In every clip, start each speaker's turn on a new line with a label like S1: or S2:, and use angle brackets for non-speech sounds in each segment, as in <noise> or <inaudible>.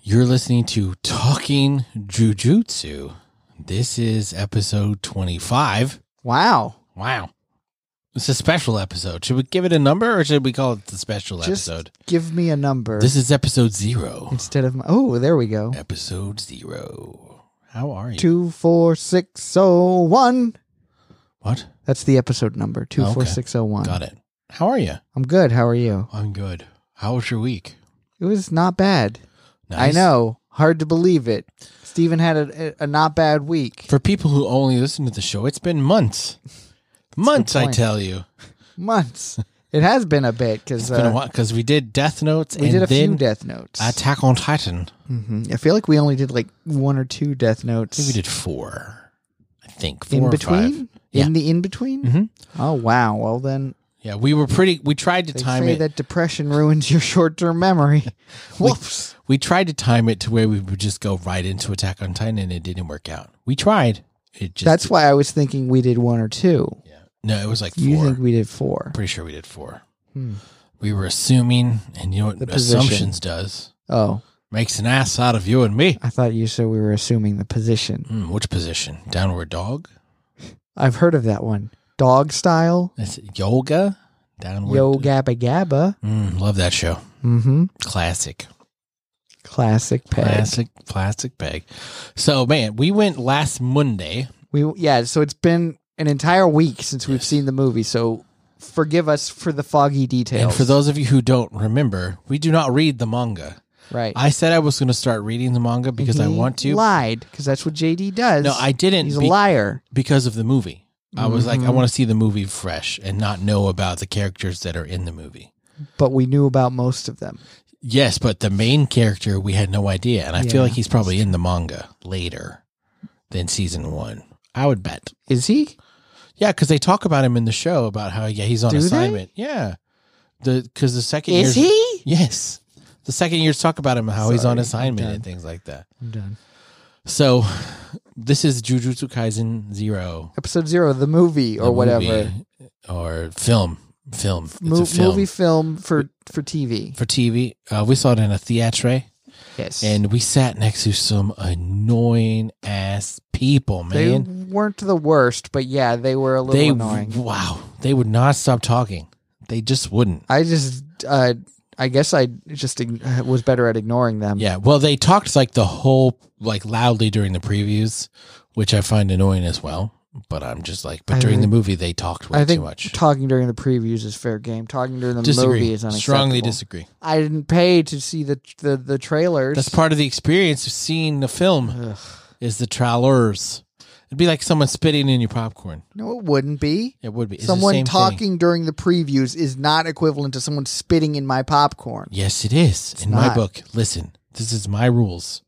S1: You're listening to Talking Jujutsu. This is episode 25.
S2: Wow.
S1: Wow. It's a special episode. Should we give it a number or should we call it the special
S2: Just
S1: episode?
S2: give me a number
S1: This is episode zero.
S2: instead of my. Oh, there we go.
S1: Episode zero. How are you?
S2: Two, four, six, oh, one.
S1: What?
S2: That's the episode number. Two, four,
S1: Okay.
S2: six, oh, one.
S1: Got it. How are you?
S2: I'm good. How are you?
S1: I'm good. How was your week?
S2: It was not bad. I
S1: Nice?
S2: know. Hard to believe it. Steven had a, a not bad week.
S1: For people who only listen to the show, it's been
S2: <laughs>
S1: months. months, I
S2: point.
S1: tell you.
S2: Months. it has been a bit because
S1: It's been a
S2: uh,
S1: while because we did Death Notes
S2: we
S1: and
S2: did a
S1: then
S2: few death notes.
S1: Attack on Titan.
S2: hmm I feel like we only did like one or two death
S1: I think we
S2: notes
S1: did four. I think four
S2: in
S1: or
S2: between.
S1: five. Yeah.
S2: In the in between.
S1: Mhm.
S2: Oh wow. Well then.
S1: Yeah, we were pretty. We tried to
S2: They
S1: time
S2: say
S1: it.
S2: that depression ruins your
S1: <laughs>
S2: short-term memory. Whoops.
S1: we tried to time it to where we would just go right into Attack on Titan, and it didn't work out. We tried. It just
S2: That's why I was thinking we did one or two.
S1: yeah. No, it was like
S2: You
S1: four.
S2: think we did four?
S1: pretty sure we did four.
S2: Hmm.
S1: We were assuming, and you know what
S2: The position.
S1: assumptions does
S2: Oh,
S1: makes an ass out of you and me.
S2: I thought you said we were assuming the position.
S1: Hmm, which position? Downward dog.
S2: I've heard of that one. Dog style,
S1: That's yoga. Downward.
S2: yo gabba gabba.
S1: Mm, love that show.
S2: Mm-hmm.
S1: Classic.
S2: Classic peg.
S1: Plastic, plastic bag. So, man, we went last Monday.
S2: We yeah. So it's been an entire week since we've seen the movie. So forgive us for the foggy details.
S1: And for those of you who don't remember, we do not read the manga.
S2: right?
S1: I said I was going to start reading the manga
S2: And
S1: because I
S2: he
S1: want to.
S2: lied because that's what JD does.
S1: No, I didn't
S2: He's a
S1: be-
S2: liar.
S1: because of the movie. I was like, I
S2: Mhm.
S1: want to see the movie fresh and not know about the characters that are in the movie.
S2: But we knew about most of them.
S1: Yes, but the main character, we had no idea. And I
S2: Yeah,
S1: feel like he's probably in the manga later than season one. I would bet.
S2: Is he?
S1: Yeah, because they talk about him in the show about how yeah he's on
S2: Do they?
S1: assignment. Yeah, the because the second
S2: Is
S1: years,
S2: he?
S1: yes, the second years talk about him how he's
S2: Sorry,
S1: on
S2: I'm
S1: assignment
S2: done.
S1: and things like that.
S2: I'm done.
S1: So this is Jujutsu Kaisen Zero
S2: Episode zero, the movie or
S1: the
S2: whatever.
S1: movie, or film film. It's
S2: Mo-
S1: a film
S2: movie film for for TV.
S1: for TV. Uh, we saw it in a theatre
S2: Yes,
S1: and we sat next to some annoying ass people,
S2: they
S1: man.
S2: weren't the worst, but yeah, they were a little
S1: They,
S2: annoying.
S1: wow, they would not stop talking. They just wouldn't.
S2: I just, uh, I guess I just ign- uh, was better at ignoring them.
S1: Yeah, well, they talked like the whole like loudly during the previews, which I find annoying as well. But I'm just like, but
S2: I
S1: during the
S2: think-
S1: movie, they talked way
S2: I think
S1: too much.
S2: talking during the previews is fair game. Talking during the movie
S1: Disagree.
S2: is unacceptable.
S1: Strongly disagree.
S2: I didn't pay to see the the, the trailers.
S1: That's part of the experience of seeing the film
S2: Ugh.
S1: is the trailers. It'd be like someone spitting in your popcorn.
S2: No, it wouldn't be.
S1: It would be It's the
S2: someone
S1: same thing.
S2: talking during the previews is not equivalent to someone spitting in my popcorn.
S1: Yes, it is in my
S2: not.
S1: book. Listen, this is my
S2: <laughs>
S1: rules.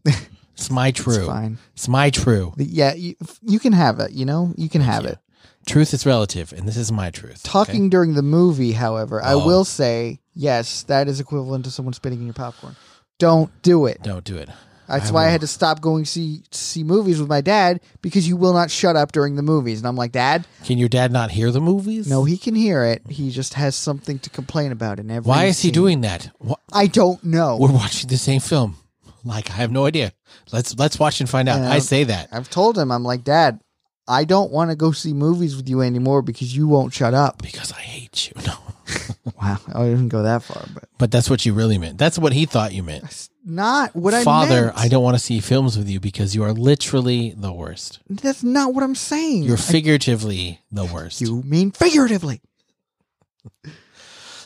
S1: it's my true.
S2: It's fine.
S1: It's my true.
S2: The- Yeah, you, you can have it. You know, you can have it.
S1: Truth is relative, and this is my truth. okay?
S2: Talking during the movie, however, I
S1: Oh.
S2: will say yes, that is equivalent to someone spitting in your popcorn. Don't do it.
S1: Don't do it.
S2: That's
S1: I
S2: why I
S1: will.
S2: had to stop going see see movies with my dad because you will not shut up during the movies. And I'm like, Dad,
S1: Can your dad not hear the movies?
S2: no, he can hear it. He just has something to complain about in every.
S1: Why is he
S2: scene."
S1: doing that? Wh-
S2: I don't know.
S1: We're watching the same film. Like I have no idea. Let's let's watch and find out.
S2: Yeah.
S1: I say that.
S2: I've told him. I'm like, Dad, I don't want to go see movies with you anymore because you won't shut up.
S1: Because I hate you. <laughs> No.
S2: wow, I didn't go that far, but
S1: But that's what you really meant. That's what he thought you meant.
S2: it's not what I
S1: Father,
S2: meant.
S1: I don't want to see films with you because you are literally the worst.
S2: That's not what I'm saying.
S1: You're figuratively the worst.
S2: Mm, You mean figuratively?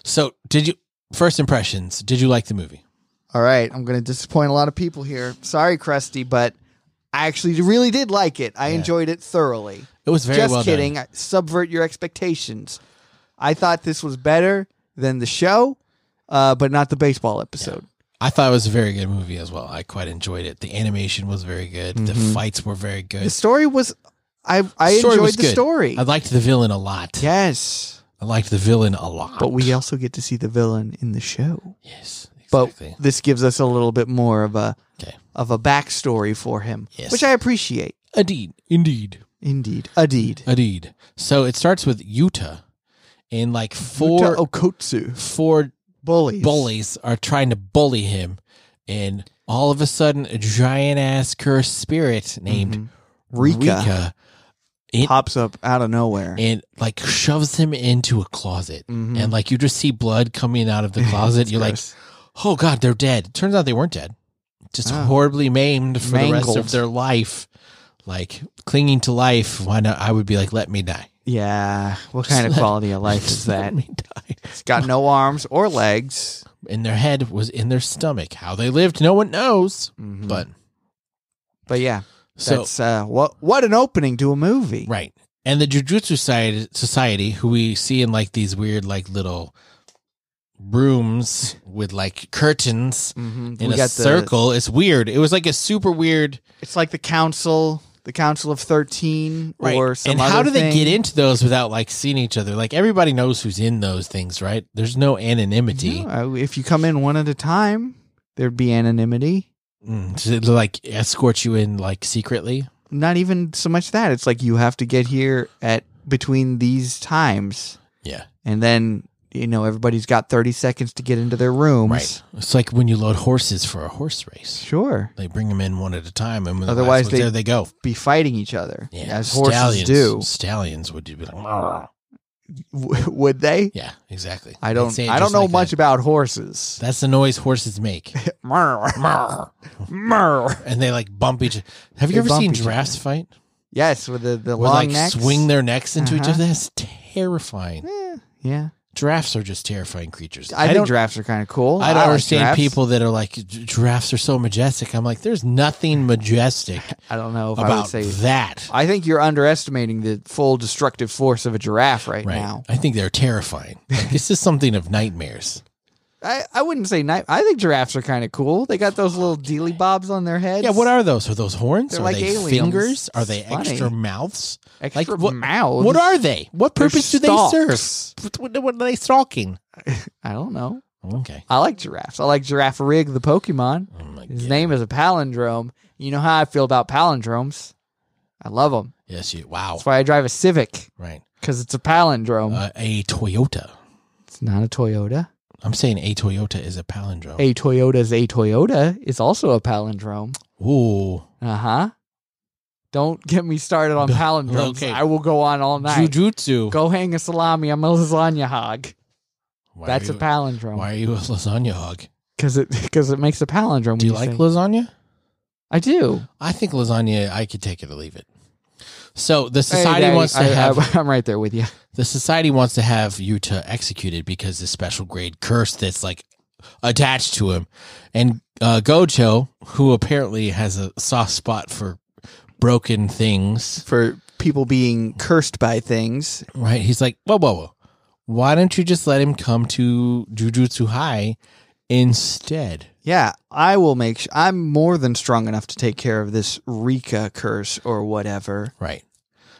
S1: So did you first impressions, did you like the movie?
S2: All right, I'm going to disappoint a lot of people here. Sorry, Krusty, but I actually really did like it. I enjoyed it thoroughly.
S1: It was very
S2: Just
S1: well
S2: kidding.
S1: done.
S2: I- Subvert your expectations. I thought this was better than the show, uh, but not the baseball episode.
S1: I thought it was a very good movie as well. I quite enjoyed it. The animation was very good. The
S2: Mm-hmm.
S1: fights were very
S2: The
S1: good.
S2: story was. I I
S1: story
S2: enjoyed
S1: was
S2: the
S1: good.
S2: story.
S1: I liked the villain a lot.
S2: yes,
S1: I liked the villain a lot.
S2: but we also get to see the villain in the show.
S1: Yes,
S2: But
S1: exactly.
S2: this gives us a little bit more of a
S1: okay.
S2: of a backstory for him,
S1: Yes.
S2: which I appreciate.
S1: Indeed. Indeed.
S2: Indeed, a deed.
S1: Indeed. So it starts with Utah and like four
S2: Okotsu
S1: four
S2: bullies.
S1: bullies are trying to bully him and all of a sudden a giant ass cursed spirit named
S2: Mhm.
S1: Rika,
S2: Rika
S1: it-
S2: pops up out of nowhere.
S1: and like shoves him into a closet.
S2: Mhm.
S1: And like you just see blood coming out of
S2: <laughs>
S1: the closet.
S2: It's
S1: You're
S2: gross.
S1: like, oh God, they're dead. Turns out they weren't dead. Just
S2: Oh.
S1: horribly maimed for the rest
S2: Mangled.
S1: of their life. Like clinging to life. Why not? I would be like, let me die.
S2: yeah. What kind
S1: <laughs>
S2: of
S1: Just let-
S2: quality of life is
S1: Just
S2: that?
S1: let me die.
S2: It's got no arms or legs.
S1: In their head was in their stomach. How they lived, no one knows.
S2: Mhm.
S1: But
S2: but yeah,
S1: so
S2: that's uh, what what an opening to a movie.
S1: Right. And the Jujutsu Society, Society, who we see in like these weird, like little rooms with like curtains
S2: Mm-hmm.
S1: in a circle, it's weird. It was like a super weird.
S2: It's like the council, the council of thirteen,
S1: Right.
S2: or some.
S1: and how
S2: other
S1: do they
S2: thing.
S1: get into those without like seeing each other? Like everybody knows who's in those things, right? There's no anonymity.
S2: No, uh, if you come in one at a time, there'd be anonymity.
S1: Mm, so they, like escort you in like secretly.
S2: Not even so much that. It's like you have to get here at between these times,
S1: Yeah.
S2: and then you know everybody's got thirty seconds to get into their rooms.
S1: Right. It's like when you load horses for a horse race.
S2: Sure.
S1: They bring them in one at a time, and when otherwise
S2: Otherwise they-
S1: there they go.
S2: Be fighting each other
S1: Yeah,
S2: as horses do.
S1: Stallions would you be like? "Meow."
S2: W- would they?
S1: Yeah, exactly.
S2: I
S1: They'd
S2: don't.
S1: say it
S2: I don't
S1: just
S2: know
S1: like
S2: much
S1: that.
S2: about horses.
S1: That's the noise horses
S2: <laughs>
S1: make,
S2: Murr,
S1: <laughs>
S2: murr, murr.
S1: and they like bump each. Have you
S2: They
S1: ever
S2: bump
S1: seen
S2: each other.
S1: giraffes fight?
S2: Yes, with the the
S1: Or
S2: long
S1: like
S2: necks.
S1: swing their necks into each
S2: Uh-huh.
S1: other. That's terrifying.
S2: Eh, yeah,
S1: Giraffes are just terrifying creatures.
S2: I,
S1: I,
S2: think
S1: don't.
S2: giraffes are kind of cool.
S1: I don't
S2: like
S1: understand
S2: giraffes.
S1: people that are like "Gi- giraffes are so majestic. I'm like, there's nothing majestic
S2: I don't know if I would
S1: about
S2: say.
S1: that.
S2: I think you're underestimating the full destructive force of a giraffe right,
S1: Right.
S2: now.
S1: I think they're terrifying. Like, this is something of
S2: <laughs>
S1: nightmares.
S2: I, I wouldn't say night. I think giraffes are kind of cool. They got those little dealy bobs on their heads.
S1: Oh, Yeah, what are those? Are those horns?
S2: They're
S1: are
S2: like
S1: they
S2: aliens.
S1: fingers? Are they
S2: It's funny.
S1: extra mouths?
S2: extra
S1: like, what-
S2: mouths?
S1: What are they? What
S2: They're
S1: purpose do
S2: stalks.
S1: they serve? What, what are they stalking?
S2: I don't know.
S1: Okay.
S2: I like giraffes. I like Giraffe Rig, the Pokemon.
S1: Oh my
S2: His
S1: God.
S2: name is a palindrome. You know how I feel about palindromes. I love them.
S1: Yes, you. Wow.
S2: That's why I drive a Civic
S1: Right.
S2: because it's a palindrome.
S1: Uh, a Toyota.
S2: it's not a Toyota.
S1: I'm saying a Toyota is a palindrome.
S2: A Toyota's a Toyota is also a palindrome.
S1: Ooh.
S2: Uh huh. Don't get me started on palindromes.
S1: <laughs> Okay.
S2: I will go on all night.
S1: Jujutsu.
S2: Go hang a salami. I'm a lasagna hog.
S1: Why are
S2: That's a
S1: you, Why
S2: palindrome
S1: are you a lasagna hog?
S2: because it because it makes a palindrome.
S1: Do you
S2: when
S1: like
S2: say-
S1: lasagna?
S2: I do.
S1: I think lasagna. I could take it or leave it. So the
S2: Hey,
S1: society
S2: Daddy,
S1: wants to
S2: I-
S1: have
S2: <laughs> I, am right there with you.
S1: the society wants to have Yuta executed because the special grade curse that's like attached to him, and uh, Gojo, who apparently has a soft spot for broken things,
S2: For people being cursed by things,
S1: right? He's like, whoa, whoa, whoa. Why don't you just let him come to Jujutsu High instead?
S2: yeah, I will make. Sh- I'm more than strong enough to take care of this Rika curse or whatever.
S1: Right.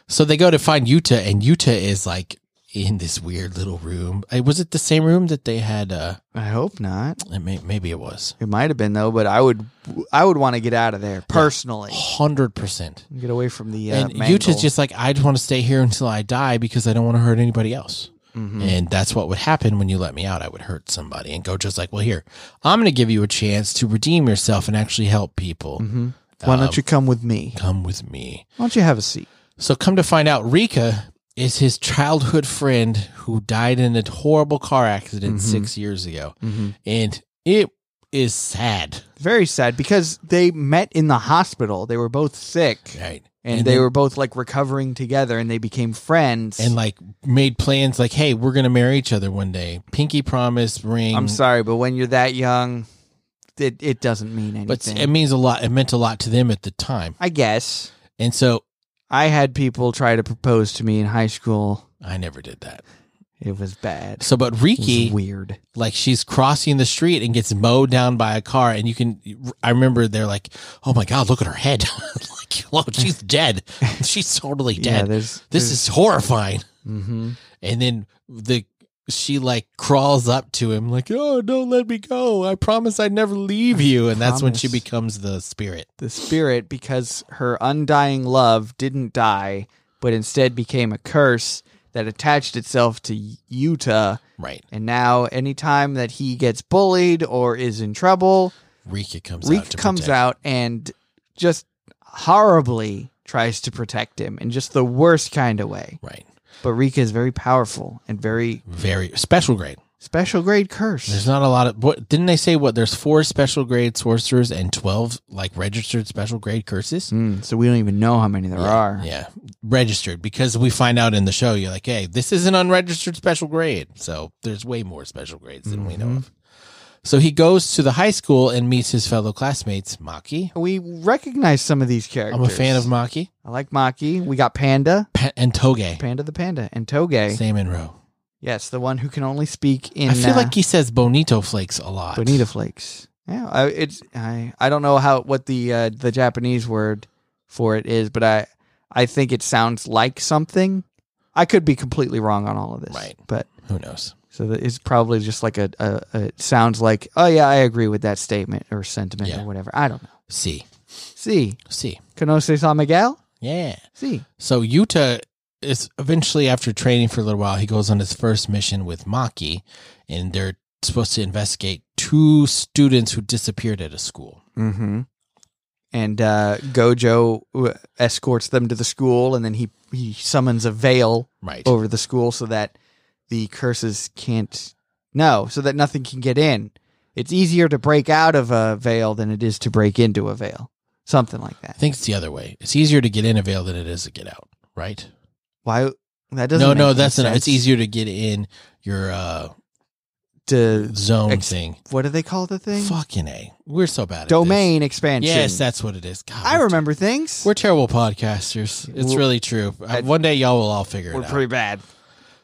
S1: So they go to find Yuta, and Yuta is like in this weird little room. Uh, Was it the same room that they had? Uh,
S2: I hope not.
S1: it may, maybe it was.
S2: It might have been though, but I would. I would want to get out of there personally.
S1: 100%.
S2: Get away from the uh,
S1: and
S2: mangle.
S1: Yuta's just like, I just want to stay here until I die because I don't want to hurt anybody else.
S2: Mhm.
S1: And that's what would happen when you let me out. I would hurt somebody. And Gojo's like, well, here, I'm going to give you a chance to redeem yourself and actually help people.
S2: Mhm. Why
S1: Um,
S2: don't you come with me?
S1: Come with me.
S2: Why don't you have a seat?
S1: So come to find out, Rika is his childhood friend who died in a horrible car accident
S2: Mhm.
S1: six years ago,
S2: Mm-hmm.
S1: and it is sad.
S2: Very sad because they met in the hospital. They were both sick,
S1: Right.
S2: and,
S1: And
S2: they
S1: then-
S2: were both like recovering together, and they became friends.
S1: And like made plans, like, "Hey, we're gonna marry each other one day." Pinky promise ring.
S2: I'm sorry, but when you're that young, it it doesn't mean anything.
S1: but it means a lot. It meant a lot to them at the time,
S2: I guess
S1: and so
S2: I had people try to propose to me in high school.
S1: I never did that.
S2: It was bad.
S1: So, but
S2: It was
S1: Riki,
S2: weird.
S1: like she's crossing the street and gets mowed down by a car and you can i remember they're like oh my god look at her head <laughs> like
S2: <laughs>
S1: oh she's dead she's totally
S2: Yeah,
S1: dead
S2: there's
S1: this is horrifying
S2: hmm
S1: and then the she like crawls up to him like oh don't let me go i promise i never leave you and that's when she
S2: Promise.
S1: becomes the spirit
S2: the spirit because her undying love didn't die, but instead became a curse that attached itself to Yuta.
S1: right
S2: And now, anytime that he gets bullied or is in trouble,
S1: Rika comes out.
S2: Reek
S1: to
S2: comes
S1: protect-
S2: out and just horribly tries to protect him in just the worst kind of way.
S1: Right.
S2: But Rika is very powerful and very
S1: Very special grade.
S2: special grade curse.
S1: There's not a lot of what didn't they say what there's four special grade sorcerers and 12 like registered special grade curses?
S2: Mm, so we don't even know how many there are.
S1: Yeah. Registered because we find out in the show you're like, "Hey, this is an unregistered special grade." So, there's way more special grades than we
S2: Mm-hmm.
S1: know of. So he goes to the high school and meets his fellow classmates, Maki.
S2: We recognize some of these characters.
S1: I'm a fan of Maki
S2: I like Maki. We got Panda,
S1: Pa- and Toge.
S2: Panda the Panda, and Toge.
S1: Salmon Row.
S2: Yes, the one who can only speak in
S1: I feel
S2: uh,
S1: like he says bonito flakes a lot.
S2: bonita flakes. Yeah, I, it's I I don't know how what the uh, the Japanese word for it is, but I I think it sounds like something. I could be completely wrong on all of this,
S1: Right.
S2: But
S1: Who knows?
S2: so that it's probably just like a, a, a it sounds like oh yeah I agree with that statement or sentiment
S1: Yeah.
S2: or whatever. I don't know.
S1: See.
S2: See,
S1: See.
S2: Canose San Miguel.
S1: Yeah.
S2: See,
S1: So Yuta is eventually after training for a little while, he goes on his first mission with Maki, and they're supposed to investigate two students who disappeared at a school.
S2: Mm-hmm. And uh, Gojo uh, escorts them to the school, and then he he summons a veil
S1: Right.
S2: over the school so that the curses can't no, so that nothing can get in. It's easier to break out of a veil than it is to break into a veil. Something like
S1: I
S2: that.
S1: think it's the other way. It's easier to get in a veil than it is to get out. Right.
S2: Why that doesn't
S1: no,
S2: make
S1: no,
S2: any
S1: that's not.
S2: sense
S1: It's easier to get in your uh,
S2: to
S1: zone
S2: Ex-
S1: thing.
S2: what do they call the thing?
S1: Fucking a. We're so bad. at this.
S2: Domain expansion.
S1: Yes, that's what it is. God,
S2: I
S1: we're-
S2: remember things.
S1: We're terrible podcasters. It's
S2: We're-
S1: really true. Uh,
S2: I-
S1: One day y'all will all figure
S2: We're
S1: it out.
S2: pretty bad.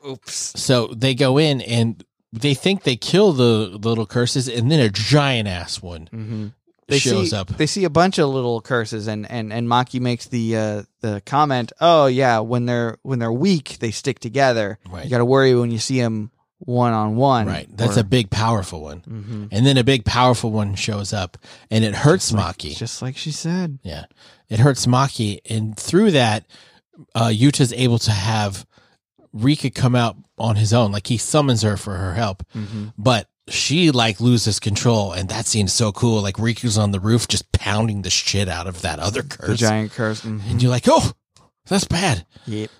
S2: Oops.
S1: So they go in and they think they kill the little curses, and then a giant ass one
S2: Mm-hmm.
S1: shows
S2: see,
S1: up.
S2: They see a bunch of little curses, and and and Maki makes the uh, the comment, "Oh yeah, when they're when they're weak, they stick together.
S1: right,
S2: You got to worry when you see them one on one.
S1: right. That's a big, powerful one.
S2: hmm
S1: And then a big, powerful one shows up, and it hurts Maki.
S2: just like she said.
S1: yeah, it hurts Maki, and through that, uh, Yuta's able to have Rika come out on his own. Like he summons her for her help,
S2: Mm-hmm.
S1: but she like loses control, and that scene's so cool. Like Rika's on the roof, just pounding the shit out of that other
S2: The
S1: curse,
S2: giant curse. hmm
S1: and you're like, oh, that's bad.
S2: Yep.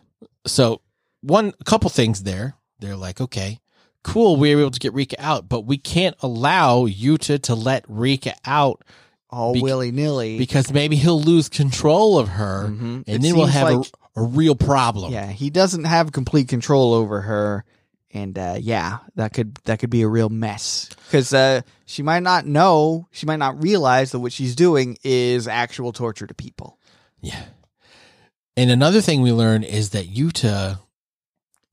S1: so one a couple things there they're like okay cool we were able to get rika out but we can't allow yuta to let rika out
S2: All
S1: Bec-
S2: willy nilly.
S1: because maybe he'll lose control of her
S2: Mm. Mm-hmm.
S1: and then we'll have a, a real problem
S2: yeah. He doesn't have complete control over her. And uh, yeah, that could that could be a real mess because uh, she might not know, she might not realize that what she's doing is actual torture to people.
S1: yeah and another thing we learn is that yuta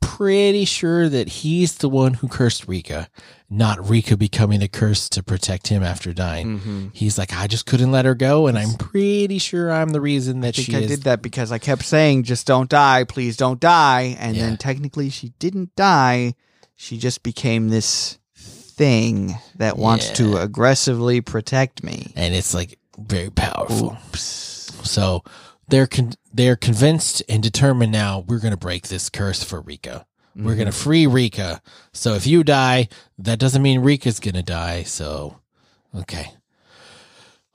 S1: pretty sure that he's the one who cursed rika not rika becoming a curse to protect him after dying
S2: Mm-hmm.
S1: he's like i just couldn't let her go and i'm pretty sure i'm the reason that
S2: I think
S1: she
S2: I
S1: is
S2: did that because I kept saying, just don't die, please don't die. And
S1: Yeah.
S2: then technically she didn't die. She just became this thing that wants
S1: Yeah.
S2: to aggressively protect me.
S1: and it's like very powerful.
S2: Oops.
S1: So they're con- they're convinced and determined now we're going to break this curse for Rika. We're going to
S2: Mm-hmm.
S1: free Rika. So if you die, that doesn't mean Rika's going to die. So okay.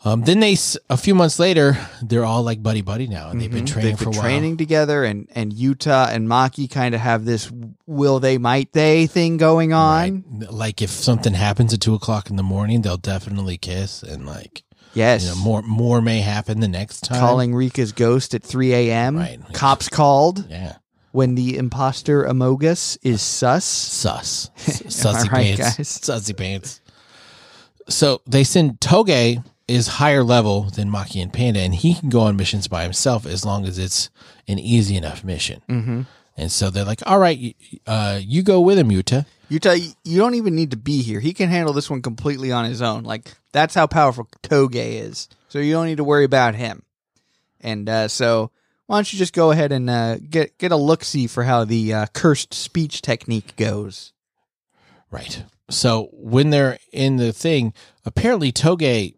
S1: Um, then they s- a few months later they're all like buddy buddy now, and they've been
S2: Mhm.
S1: training
S2: They've
S1: for
S2: been
S1: a while.
S2: training together, and and Utah and Maki kind of have this will they, might they thing going on.
S1: Right. Like if something happens at two o'clock in the morning, they'll definitely kiss, and like
S2: Yes,
S1: you know, more more may happen the next time.
S2: calling Rika's ghost at three a.m.
S1: Right.
S2: Cops called
S1: yeah,
S2: when the imposter Amogus is sus. <laughs>
S1: sus,
S2: Am I
S1: sussy
S2: right,
S1: pants,
S2: guys?
S1: sussy pants. So they send Toge is higher level than Maki and Panda, and he can go on missions by himself as long as it's an easy enough mission.
S2: Mm-hmm.
S1: And so they're like, "All right, y- uh, you go with him, Yuta."
S2: Utah, you don't even need to be here. He can handle this one completely on his own. Like that's how powerful Toge is. So you don't need to worry about him. And uh, so why don't you just go ahead and uh, get get a look see for how the uh, cursed speech technique goes?
S1: Right. So when they're in the thing, apparently Toge,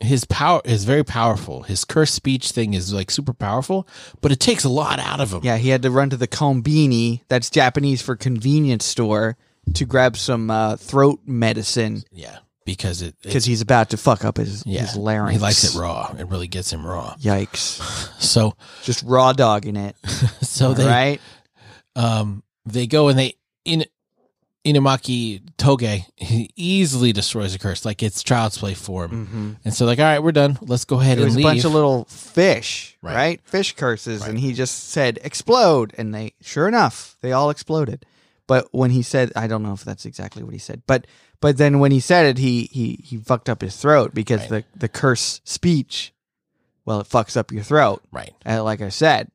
S1: his power is very powerful. His curse speech thing is like super powerful, but it takes a lot out of him.
S2: Yeah, he had to run to the kombini, that's Japanese for convenience store, to grab some uh, throat medicine
S1: Yeah. because it, it-
S2: because he's about to fuck up his
S1: Yeah.
S2: his larynx.
S1: he likes it raw. It really gets him raw.
S2: Yikes!
S1: So
S2: Just raw
S1: <laughs>
S2: dogging it,
S1: so Oh, they
S2: right?
S1: um they go and they in Inumaki Toge he easily destroys the curse like it's child's play for him.
S2: Mm-hmm.
S1: And so like all right, we're done. Let's go ahead
S2: There
S1: and
S2: was a
S1: leave.
S2: bunch of little fish,
S1: Right.
S2: right? Fish curses,
S1: Right.
S2: and he just said explode, and they sure enough they all exploded. But when he said, I don't know if that's exactly what he said, but but then when he said it, he he he fucked up his throat because
S1: Right.
S2: the the curse speech, well, it fucks up your throat,
S1: right.
S2: uh, like I said.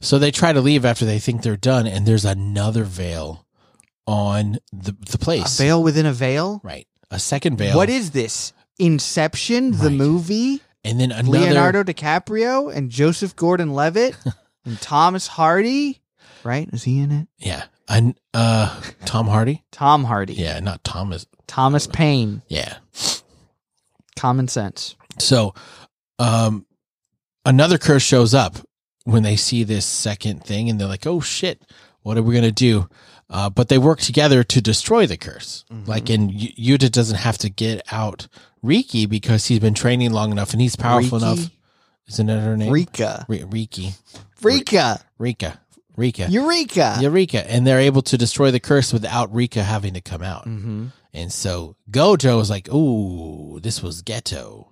S1: So they try to leave after they think they're done and there's another veil on the the
S2: A
S1: place.
S2: veil within a veil.
S1: Right. A second veil.
S2: What is this? Inception, the
S1: Right.
S2: movie,
S1: and then another
S2: Leonardo DiCaprio and Joseph
S1: <laughs>
S2: Gordon-Levitt and Thomas Hardy, right? Is he in it?
S1: Yeah. An, uh Tom Hardy?
S2: Tom Hardy,
S1: Yeah, not Thomas.
S2: Thomas Paine,
S1: Yeah.
S2: Common Sense.
S1: So, um, another curse shows up when they see this second thing, and they're like, "Oh shit, what are we gonna do?" Uh, but they work together to destroy the curse.
S2: Mhm.
S1: Like, and Y- Yuta doesn't have to get out Riki because he's been training long enough and he's powerful
S2: Riki?
S1: enough. Isn't that her name?
S2: Rika,
S1: Ri- Riki,
S2: Rika,
S1: Rika, Rika,
S2: Eureka.
S1: Eureka, and they're able to destroy the curse without Rika having to come out.
S2: Mm-hmm.
S1: And so Gojo was like, "Ooh, this was ghetto."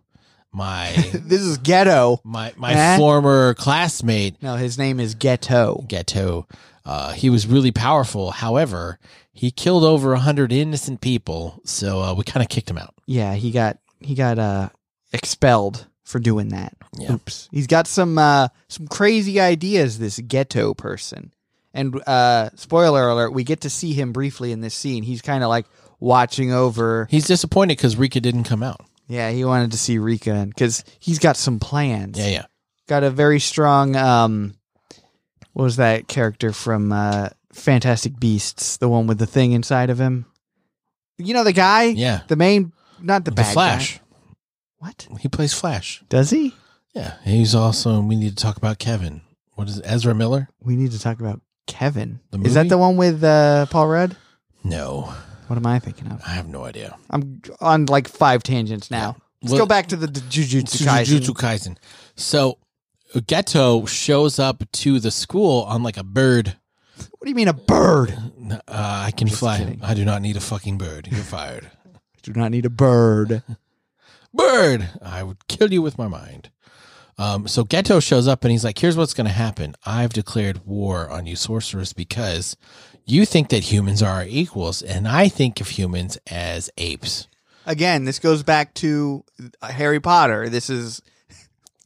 S2: <laughs>
S1: My
S2: This is Ghetto.
S1: my my
S2: Eh?
S1: former classmate
S2: No, his name is Ghetto.
S1: Ghetto, uh, he was really powerful. However, he killed over a hundred innocent people, so uh, we kind of kicked him out.
S2: Yeah, he got he got uh expelled for doing that.
S1: Yeah.
S2: Oops. He's got some uh some crazy ideas this ghetto person. And uh spoiler alert, we get to see him briefly in this scene. He's kind of like watching over.
S1: He's disappointed because Rika didn't come out.
S2: Yeah, he wanted to see Rika cuz he's got some plans.
S1: Yeah, yeah,
S2: Got a very strong um what was that character from uh Fantastic Beasts, the one with the thing inside of him? You know the guy?
S1: yeah.
S2: The main not the,
S1: The
S2: bad guy.
S1: Flash,
S2: What?
S1: he plays Flash.
S2: Does he?
S1: Yeah, he's also. We need to talk about Kevin. What is it, Ezra Miller?
S2: We need to talk about Kevin.
S1: The
S2: Is
S1: movie?
S2: that the one with uh, Paul Rudd?
S1: No,
S2: What am I thinking of?
S1: I have no idea.
S2: I'm on like five tangents now. Let's
S1: Well-
S2: go back to the, the Jujutsu Kaisen.
S1: Jujutsu Kaisen. So, Ghetto shows up to the school on like a bird
S2: What do you mean a bird?
S1: Uh, I can
S2: Just
S1: fly.
S2: kidding.
S1: I do not need a fucking bird. You're fired.
S2: I do not need a bird.
S1: bird! I would kill you with my mind. Um, so Ghetto shows up and he's like, here's what's going to happen. I've declared war on you, sorceress, because you think that humans are our equals, and I think of humans as apes.
S2: Again, this goes back to uh, Harry Potter. This is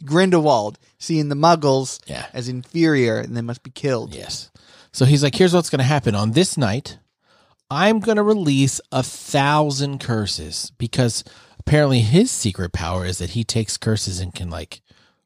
S2: Grindelwald seeing the Muggles
S1: Yeah.
S2: as inferior and they must be killed.
S1: Yes. So he's like, here's what's going to happen. On this night, I'm going to release a thousand curses because apparently his secret power is that he takes curses and can like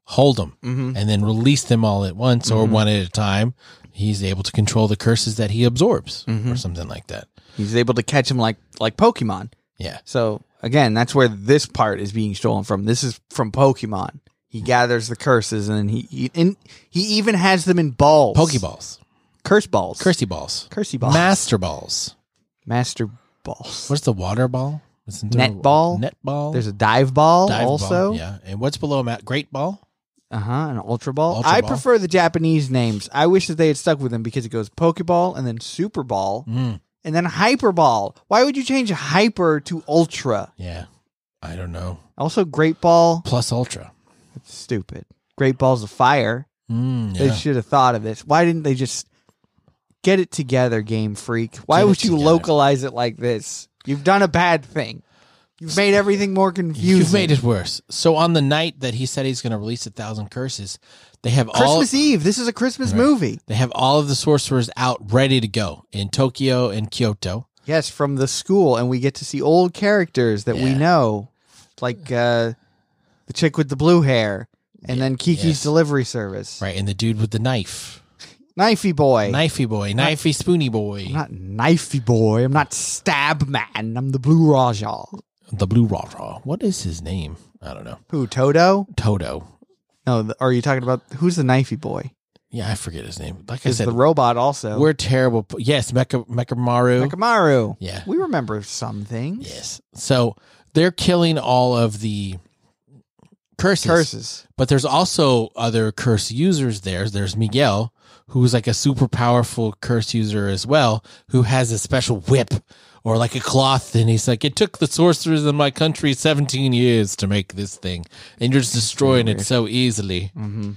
S1: hold them
S2: Mm-hmm.
S1: and then release them all at once or one at a time. He's able to control the curses that he absorbs
S2: Mm-hmm.
S1: or something like that.
S2: He's able to catch him like like Pokemon.
S1: Yeah.
S2: So again, that's where this part is being stolen from. This is from Pokemon. He gathers the curses and then he, he and he even has them in balls.
S1: Pokeballs,
S2: Curse balls.
S1: cursey balls,
S2: Cursey balls.
S1: master balls.
S2: Master balls.
S1: What's the water ball? Isn't a-
S2: Net ball?
S1: Net ball.
S2: There's a dive ball
S1: dive ball,
S2: also.
S1: Yeah. And what's below that? Great ball?
S2: Uh-huh. An ultra ball.
S1: Ultra
S2: I
S1: ball.
S2: prefer the Japanese names. I wish that they had stuck with them because it goes Pokeball and then Super Ball
S1: Mm.
S2: and then Hyper Ball. Why would you change hyper to ultra?
S1: Yeah. I don't know.
S2: Also Great Ball.
S1: Plus Ultra.
S2: That's stupid. Great Ball's of fire.
S1: Mm,
S2: They should have thought of this. Why didn't they just get it together, Game Freak? Why
S1: Get it
S2: would you
S1: together.
S2: localize it like this? You've done a bad thing. You've made everything more confusing.
S1: You've made it worse. So on the night that he said he's going to release a thousand curses, they have all
S2: Christmas Eve. This is a Christmas movie.
S1: they have all of the sorcerers out ready to go in Tokyo and Kyoto.
S2: Yes, from the school, and we get to see old characters that we
S1: Yeah.
S2: know, like uh, the chick with the blue hair, and then Kiki's
S1: yes.
S2: delivery service,
S1: Right, and the dude with the knife,
S2: Knifey Boy.
S1: knifey boy, knifey spoony boy,
S2: I'm not Knifey Boy. I'm not Stab Man. I'm the Blue Rajah.
S1: the blue raw raw. What is his name? I don't know.
S2: Who Toto?
S1: Toto.
S2: No, th- are you talking about who's the Knifey Boy?
S1: Yeah, I forget his name. Like I
S2: Is
S1: said,
S2: the robot also
S1: we're terrible. p- Yes, Mecha Mekamaru.
S2: Nakamaru?
S1: yeah,
S2: We remember some things.
S1: Yes. So they're killing all of the curses.
S2: Curses.
S1: But there's also other curse users there. There's Miguel, who's like a super powerful curse user as well, who has a special whip or like a cloth. And he's like, it took the sorcerers in my country 17 years to make this thing. And you're just destroying it so easily.
S2: Mm-hmm.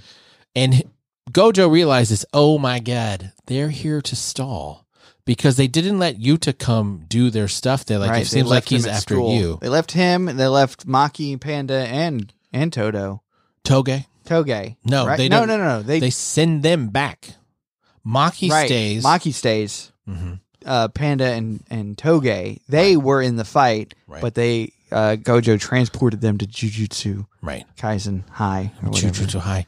S1: And Gojo realizes, oh my God, they're here to stall because they didn't let Yuta come do their stuff. They're like, it seems like he's after you.
S2: They left him. and They left Maki, Panda, and and Toto.
S1: Toge,
S2: Toge.
S1: No,
S2: right?
S1: they
S2: no,
S1: don't-
S2: no, no, no. They,
S1: they send them back. Maki
S2: right.
S1: stays.
S2: Maki stays.
S1: Mhm.
S2: Uh, Panda and and Toge. They were in the fight,
S1: Right.
S2: but they uh, Gojo transported them to Jujutsu
S1: Right.
S2: Kaisen High. Or whatever.
S1: Jujutsu High.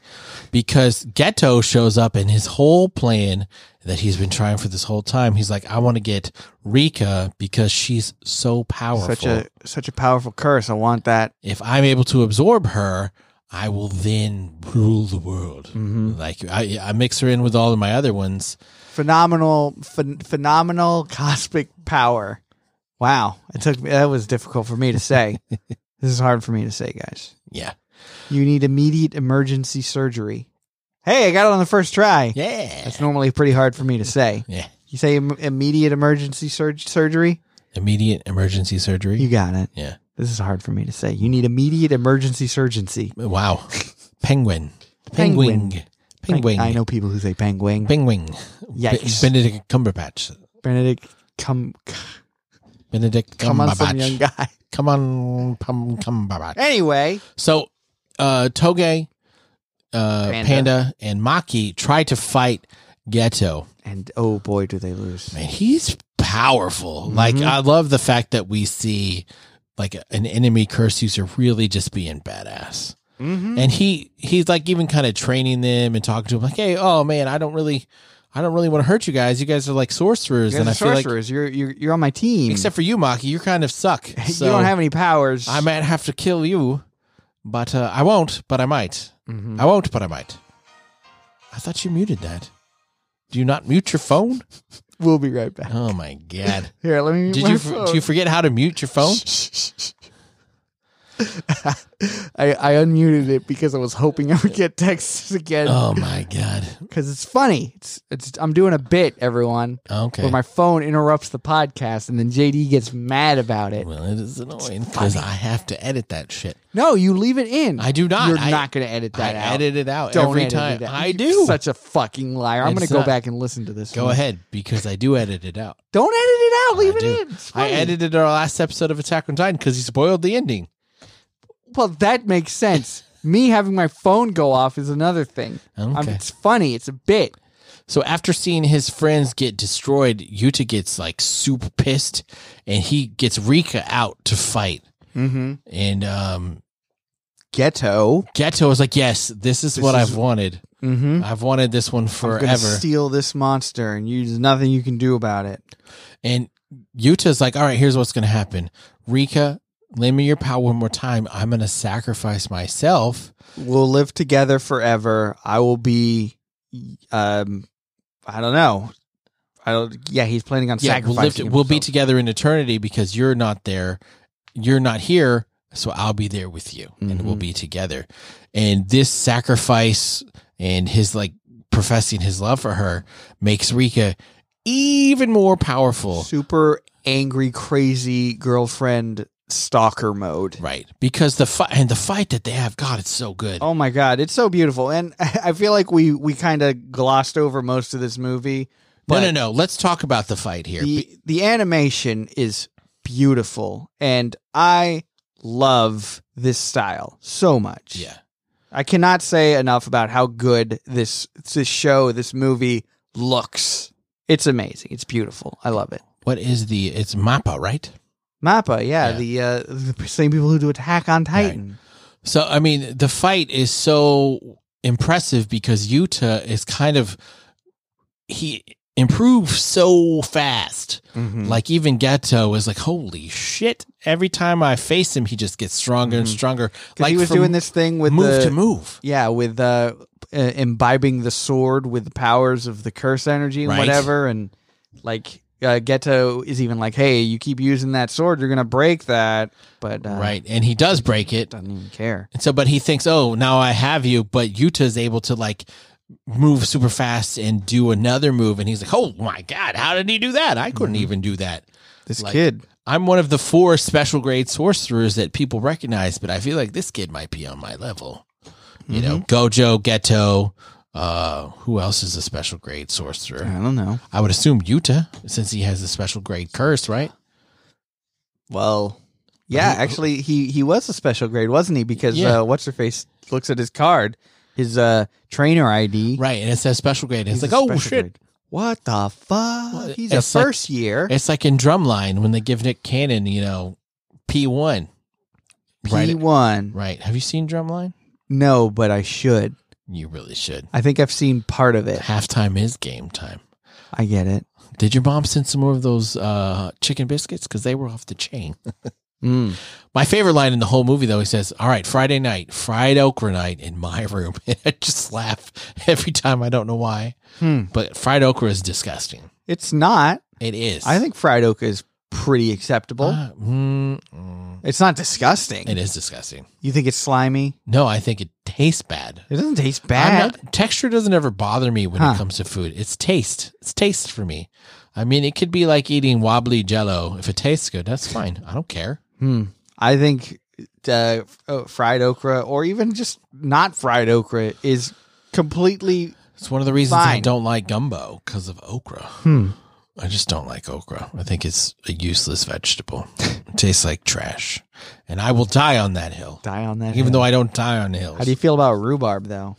S1: Because Ghetto shows up and his whole plan that he's been trying for this whole time, he's like, I want to get Rika because she's so powerful.
S2: Such a such a powerful curse. I want that.
S1: if I'm able to absorb her, I will then rule the world.
S2: Mm-hmm.
S1: Like I, I mix her in with all of my other ones.
S2: phenomenal phen- phenomenal <laughs> cosmic power wow it took me that was difficult for me to
S1: <laughs>
S2: say this is hard for me to say guys
S1: Yeah.
S2: you need immediate emergency surgery hey i got it on the first try
S1: Yeah.
S2: that's normally pretty hard for me to say
S1: yeah.
S2: you say Im- immediate emergency surg- surgery
S1: Immediate emergency surgery.
S2: you got it
S1: yeah.
S2: this is hard for me to say you need immediate emergency surgency
S1: Wow. Penguin.
S2: Penguin.
S1: Penguin. Penguin.
S2: i know people who say penguin
S1: Penguin.
S2: Yikes.
S1: Be- Benedict Cumberbatch.
S2: benedict come
S1: Benedict
S2: come on some young
S1: Cumberbatch.
S2: guy <laughs>
S1: Come on, pum, Cumberbatch.
S2: anyway
S1: So, uh, Toge, uh, Panda.
S2: Panda.
S1: and Maki try to fight Ghetto.
S2: and oh boy do they lose
S1: Man, he's powerful.
S2: Mm-hmm.
S1: Like, I love the fact that we see like an enemy curse user really just being badass.
S2: mm-hmm.
S1: And he he's like even kind of training them and talking to them like, hey, oh man, I don't really, I don't really want to hurt you guys. You guys are like sorcerers,
S2: You're
S1: and
S2: the
S1: I feel like
S2: sorcerers. You're, you're you're on my team.
S1: except for you, Maki, you kind of suck. So
S2: <laughs> you don't have any powers.
S1: I might have to kill you, but uh, I won't. But I might.
S2: Mhm.
S1: I won't, but I might. I thought you muted that. Do you not mute your phone?
S2: We'll be right back.
S1: Oh my
S2: <laughs>
S1: god!
S2: Here, let me.
S1: Did
S2: my
S1: you
S2: phone.
S1: do you forget how to mute your phone?
S2: I I unmuted it because I was hoping I would get <laughs> texts again
S1: Oh my god!
S2: because it's funny. It's it's I'm doing a bit, everyone,
S1: Okay.
S2: where my phone interrupts the podcast and then JD gets mad about it.
S1: well, it is annoying because I have to edit that shit.
S2: No, you leave it in.
S1: I do not.
S2: You're
S1: I-
S2: not going to edit that
S1: I
S2: out.
S1: edit it out
S2: Don't
S1: every
S2: edit
S1: time.
S2: It out.
S1: I
S2: You're
S1: do.
S2: Such a fucking liar. I'm
S1: It's
S2: going to go
S1: not-
S2: back and listen to this.
S1: Go
S2: one.
S1: ahead because I do edit it out.
S2: Don't edit it out. Leave
S1: I
S2: it
S1: do.
S2: in. It's
S1: I
S2: funny.
S1: edited our last episode of Attack on Titan because he spoiled the ending.
S2: Well, that
S1: <laughs>
S2: makes sense. Me having my phone go off is another thing. Um,
S1: Okay.
S2: it's funny. It's a bit.
S1: So after seeing his friends get destroyed, Yuta gets like super pissed and he gets Rika out to fight.
S2: Mm-hmm.
S1: And um
S2: Ghetto.
S1: Geto is like, Yes, this is what
S2: is-
S1: I've wanted.
S2: Mm-hmm.
S1: I've wanted this one forever.
S2: steal this monster, and you, there's nothing you can do about it.
S1: and Yuta's like, All right, here's what's gonna happen. Rika, lend me your power one more time. I'm gonna sacrifice myself.
S2: We'll live together forever. I will be. Um, I don't know. I don't. Yeah, he's planning on
S1: Yeah, we'll, live
S2: sacrificing.
S1: to- we'll be
S2: himself.
S1: together in eternity because you're not there. You're not here. So I'll be there with you and we'll
S2: Mhm.
S1: be together. And this sacrifice and his like professing his love for her makes Rika even more powerful.
S2: super angry, crazy girlfriend stalker mode.
S1: Right. Because the fight and the fight that they have, God, it's so good.
S2: Oh my god, it's so beautiful, and <laughs> I feel like we we kind of glossed over most of this movie.
S1: no,
S2: But
S1: no, no. Let's talk about the fight here. Be-
S2: the the animation is beautiful, and I love this style so much.
S1: yeah.
S2: I cannot say enough about how good this this show, this movie looks. It's amazing. It's beautiful. I love it.
S1: What is the it's Mappa, right?
S2: Mappa, yeah,
S1: Yeah.
S2: the uh, the same people who do Attack on Titan.
S1: So I mean, the fight is so impressive because Yuta is kind of he improves so fast.
S2: Mhm.
S1: Like even Ghetto is like, holy shit! Every time I face him, he just gets stronger and
S2: Mhm.
S1: stronger.
S2: 'Cause he was
S1: from
S2: doing this thing with
S1: move
S2: the,
S1: to move.
S2: Yeah, with uh, uh, imbibing the sword with the powers of the curse energy and
S1: Right.
S2: whatever, and like uh, Geto is even like, "Hey, you keep using that sword, you're gonna break that." But uh,
S1: right? And he does break it.
S2: doesn't even care.
S1: And so, but he thinks, oh, now I have you. But Yuta's able to like move super fast and do another move. And he's like, oh my God, how did he do that? I
S2: Mm-hmm.
S1: couldn't even do that.
S2: This
S1: Like-
S2: kid,
S1: I'm one of the four special grade sorcerers that people recognize, but I feel like this kid might be on my level. You know,
S2: Mm-hmm.
S1: Gojo, Ghetto. Uh, who else is a special grade
S2: I
S1: sorcerer?
S2: don't know.
S1: I would assume Yuta, since he has a special grade curse, right?
S2: Well, yeah, actually, he he was a special grade, wasn't he? Because
S1: Yeah.
S2: uh, what's her face looks at his card, his uh, trainer ID.
S1: Right, and it says special grade. And it's
S2: He's
S1: like,
S2: a
S1: oh
S2: special
S1: shit,
S2: grade. What the fuck?
S1: Well,
S2: He's a
S1: it's like-
S2: first year.
S1: It's like in Drumline when they give Nick Cannon, you know, P one.
S2: P
S1: Right,
S2: one.
S1: right. Have you seen Drumline?
S2: No, but I should.
S1: You really should.
S2: I think I've seen part of it.
S1: Halftime is game time.
S2: I get it.
S1: Did your mom send some more of those uh, chicken biscuits? Because they were off the chain. Hmm.
S2: Mm.
S1: My favorite line in the whole movie, though, he says, "All right, Friday night, fried okra night in my <laughs> room." I just laugh every time. I don't know why,
S2: Hmm.
S1: but fried okra is disgusting.
S2: It's not.
S1: It is.
S2: I think fried okra is pretty acceptable.
S1: Uh, mm, mm,
S2: it's not disgusting.
S1: it is disgusting.
S2: You think it's slimy?
S1: No, I think it tastes bad.
S2: It doesn't taste
S1: I'm
S2: bad.
S1: not- texture doesn't ever bother me when
S2: Huh.
S1: it comes to food. It's taste. It's taste for me. I mean, it could be like eating wobbly jello. If it tastes good, that's fine. I don't care.
S2: Hmm. I think uh, uh, fried okra, or even just not fried okra, is completely.
S1: It's one of the reasons I
S2: Fine.
S1: don't like gumbo because of okra.
S2: Hmm.
S1: I just don't like okra. I think it's a useless vegetable. it tastes like trash. And I will die on that hill.
S2: Die on that.
S1: Even
S2: hill.
S1: though I don't die on hills.
S2: How do you feel about rhubarb though?